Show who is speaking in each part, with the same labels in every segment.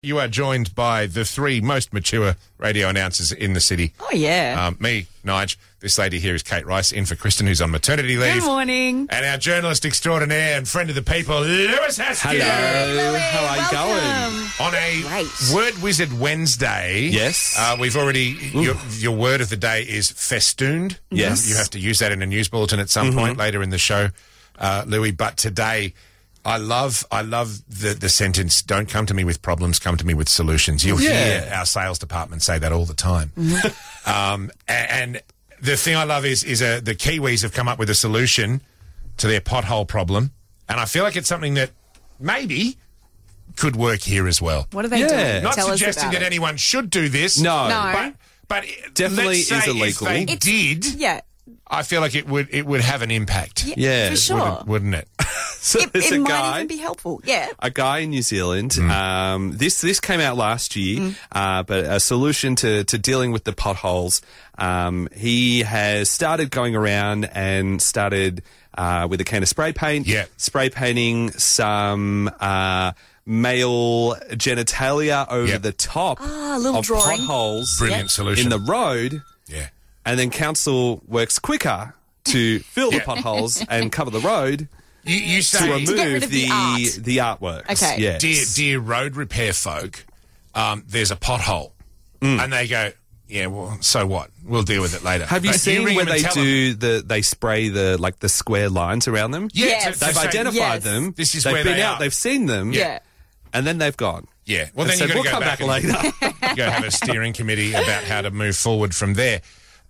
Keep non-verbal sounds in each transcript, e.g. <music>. Speaker 1: You are joined by the three most mature radio announcers in the city.
Speaker 2: Oh,
Speaker 3: Uh,
Speaker 2: yeah.
Speaker 1: Um, me, Nige. This lady here is Kate Rice, in for Kristen, who's on maternity leave.
Speaker 2: Good morning.
Speaker 1: And our journalist extraordinaire and friend of the people, Lewis Haskell.
Speaker 3: How are you going?
Speaker 1: On a
Speaker 2: Great.
Speaker 1: Word Wizard Wednesday.
Speaker 3: Yes.
Speaker 1: Uh, we've already, your, your word of the day is festooned.
Speaker 3: Yes. Mm-hmm.
Speaker 1: You have to use that in a news bulletin at some point later in the show, uh, Louis. But today, I love, I love the, the sentence, don't come to me with problems, come to me with solutions. You'll hear
Speaker 3: Yeah.
Speaker 1: uh,
Speaker 3: Mm-hmm.
Speaker 1: our sales department say that all the time. <laughs> um, a- and, and the thing I love is, is uh, the Kiwis have come up with a solution to their pothole problem. And I feel like it's something that maybe could work here as well.
Speaker 2: What are they
Speaker 3: Yeah.
Speaker 2: doing?
Speaker 1: Not
Speaker 2: Tell us
Speaker 1: suggesting
Speaker 2: about
Speaker 1: that
Speaker 2: it.
Speaker 1: anyone should do this.
Speaker 3: No.
Speaker 2: No.
Speaker 1: But, but it-
Speaker 3: Definitely
Speaker 1: let's say
Speaker 3: is
Speaker 1: if
Speaker 3: illegal.
Speaker 1: they
Speaker 2: It's-
Speaker 1: did,
Speaker 2: Yeah.
Speaker 1: I feel like it would it would have an impact.
Speaker 3: Yeah,
Speaker 2: For
Speaker 3: it
Speaker 2: sure.
Speaker 1: Wouldn't, wouldn't
Speaker 2: <laughs>
Speaker 1: it?
Speaker 3: So
Speaker 2: It,
Speaker 3: there's
Speaker 2: it
Speaker 3: a
Speaker 2: might
Speaker 3: guy,
Speaker 2: even be helpful. Yeah.
Speaker 3: a guy in New Zealand.
Speaker 1: Hmm.
Speaker 3: Um, this this came out last year,
Speaker 2: Hmm.
Speaker 3: uh, but a solution to to dealing with the potholes. Um, he has started going around and started uh, with a can of spray paint.
Speaker 1: Yeah.
Speaker 3: spray painting some. Uh, Male genitalia over
Speaker 1: Yep.
Speaker 3: the top
Speaker 2: Ah, a little
Speaker 3: of
Speaker 2: drawing.
Speaker 3: potholes
Speaker 1: Brilliant
Speaker 2: Yeah.
Speaker 1: solution.
Speaker 3: in the road,
Speaker 1: yeah.
Speaker 3: and then council works quicker to fill
Speaker 1: Yeah.
Speaker 3: the
Speaker 2: <laughs>
Speaker 3: potholes and cover the road.
Speaker 1: You, you
Speaker 3: to
Speaker 1: say,
Speaker 3: remove
Speaker 2: get rid of the
Speaker 3: the,
Speaker 2: art.
Speaker 3: the artworks.
Speaker 2: Okay.
Speaker 3: Yes.
Speaker 1: dear dear road repair folk, um, there's a pothole, and they go, yeah, well, so what? We'll deal with it later.
Speaker 3: Mm. Have you
Speaker 1: But
Speaker 3: seen
Speaker 1: ring
Speaker 3: where
Speaker 1: them and
Speaker 3: they
Speaker 1: tell them-
Speaker 3: do the they spray the like the square lines around them?
Speaker 1: Yeah,
Speaker 2: Yes.
Speaker 1: to- to
Speaker 3: They've
Speaker 1: say-
Speaker 3: identified
Speaker 2: Yes.
Speaker 3: them.
Speaker 1: This is
Speaker 3: they've
Speaker 1: where
Speaker 3: been
Speaker 1: they
Speaker 3: out.
Speaker 1: are.
Speaker 3: They've seen them.
Speaker 2: Yeah.
Speaker 3: And then they've gone.
Speaker 1: Yeah. Well, then
Speaker 3: And
Speaker 1: you've
Speaker 3: said,
Speaker 1: got to
Speaker 3: we'll
Speaker 1: go
Speaker 3: come back,
Speaker 1: and- <laughs>
Speaker 3: later.
Speaker 1: you got to have a steering committee about how to move forward from there,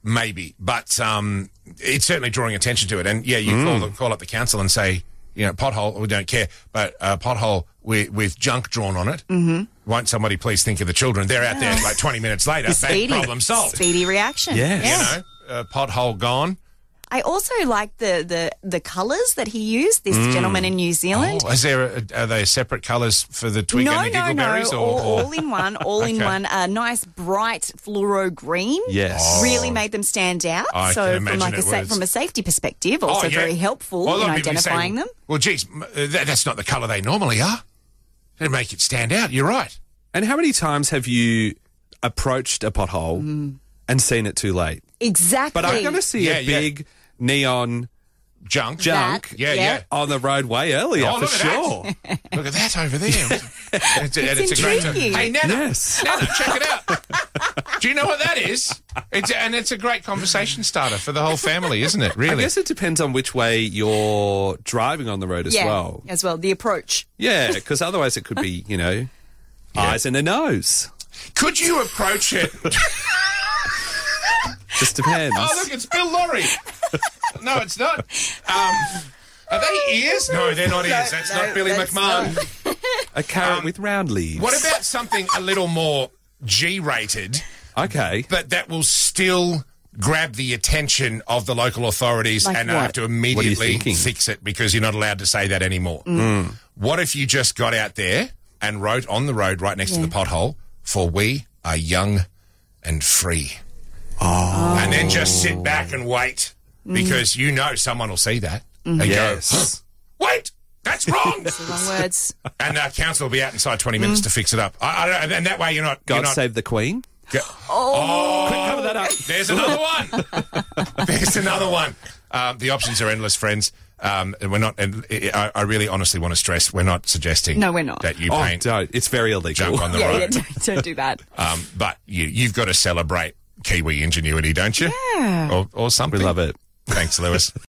Speaker 1: maybe. But um, it's certainly drawing attention to it. And yeah, you
Speaker 3: Mm.
Speaker 1: call, the, call up the council and say, you know, pothole, we don't care, but uh, pothole with, with junk drawn on it. Mm-hmm. Won't somebody please think of the children? They're out there like 20 minutes later. Bang,
Speaker 2: Speedy.
Speaker 1: problem solved.
Speaker 2: Speedy reaction.
Speaker 3: Yes.
Speaker 1: You
Speaker 2: Yeah.
Speaker 1: know, uh, pothole gone.
Speaker 2: I also like the, the, the colours that he used, this
Speaker 3: Mm.
Speaker 2: gentleman in New Zealand.
Speaker 1: Oh, is there a, are they separate colours for the twig
Speaker 2: no,
Speaker 1: and the
Speaker 2: no, no.
Speaker 1: giggleberries?
Speaker 2: All,
Speaker 1: or, or-
Speaker 2: all in one, all
Speaker 1: <laughs>
Speaker 2: in
Speaker 1: Okay.
Speaker 2: one. A nice bright fluoro green.
Speaker 3: Yes. Oh.
Speaker 2: Really made them stand out.
Speaker 1: I
Speaker 2: so
Speaker 1: can
Speaker 2: from
Speaker 1: imagine
Speaker 2: like a
Speaker 1: it
Speaker 2: sa-
Speaker 1: was. Oh,
Speaker 2: from a safety perspective, also
Speaker 1: yeah.
Speaker 2: very helpful
Speaker 1: Well, a lot
Speaker 2: in
Speaker 1: of people say,
Speaker 2: identifying them.
Speaker 1: Well, geez, m- uh, that, that's not the colour they normally are. It'd make it stand out. You're right.
Speaker 3: and how many times have you approached a pothole
Speaker 2: Mm.
Speaker 3: and seen it too late?
Speaker 2: Exactly.
Speaker 3: But I'm going to see
Speaker 1: Yeah,
Speaker 3: a
Speaker 1: yeah.
Speaker 3: big neon
Speaker 1: Junk.
Speaker 3: junk
Speaker 1: Yeah, yeah.
Speaker 2: yeah.
Speaker 3: on the roadway earlier
Speaker 1: Oh,
Speaker 3: for
Speaker 1: look at that.
Speaker 3: sure.
Speaker 1: Look at that over
Speaker 2: <laughs>
Speaker 1: there. it's, and
Speaker 2: It's
Speaker 1: a great-
Speaker 2: intriguing.
Speaker 1: Hey, Nana,
Speaker 3: Yes.
Speaker 1: Nana, check it out. Do you know what that is? It's and it's a great conversation starter for the whole family, isn't it?
Speaker 3: I
Speaker 1: Really?
Speaker 3: guess it depends on which way you're driving on the road as
Speaker 2: yeah,
Speaker 3: well.
Speaker 2: as well. The approach.
Speaker 3: Yeah, because otherwise it could be, you know, eyes and a nose.
Speaker 1: Could you approach it? <laughs>
Speaker 3: Just depends.
Speaker 1: Oh, look, it's Bill <laughs> Laurie. No, it's not. Um, are they ears? No, they're not ears. That's
Speaker 2: no,
Speaker 1: not Billy
Speaker 2: that's
Speaker 1: McMahon.
Speaker 3: a carrot with round leaves.
Speaker 1: Um, What about something a little more G-rated?
Speaker 3: Okay.
Speaker 1: but that will still grab the attention of the local authorities
Speaker 2: Like
Speaker 1: and
Speaker 2: what?
Speaker 1: I have to immediately
Speaker 3: thinking?
Speaker 1: fix it because you're not allowed to say that anymore. Mm. What if you just got out there and wrote on the road right next to the pothole, for we are young and free? Oh. And then just sit back and wait because you know someone will see that and
Speaker 3: Yes.
Speaker 1: go, wait, that's wrong. <laughs>
Speaker 2: Wrong words.
Speaker 1: and the council will be out inside 20 minutes to fix it up. I, I don't, and that way you're not. you're
Speaker 3: God
Speaker 1: not
Speaker 3: save the Queen. Oh. Cover that up.
Speaker 1: There's another one. <laughs> There's another one. Um, the options are endless, friends. Um, and we're not. And I, I really, honestly want to stress: we're not suggesting.
Speaker 2: No, we're not.
Speaker 1: That you
Speaker 3: Oh,
Speaker 1: paint
Speaker 3: don't. It's very illegal.
Speaker 1: junk on <laughs> the
Speaker 2: yeah, yeah
Speaker 1: road.
Speaker 2: <laughs> don't, don't do that.
Speaker 1: Um, but you, you've got to celebrate Kiwi ingenuity, don't you? Yeah. Or, or something.
Speaker 3: <laughs> We love it.
Speaker 1: Thanks, Lewis.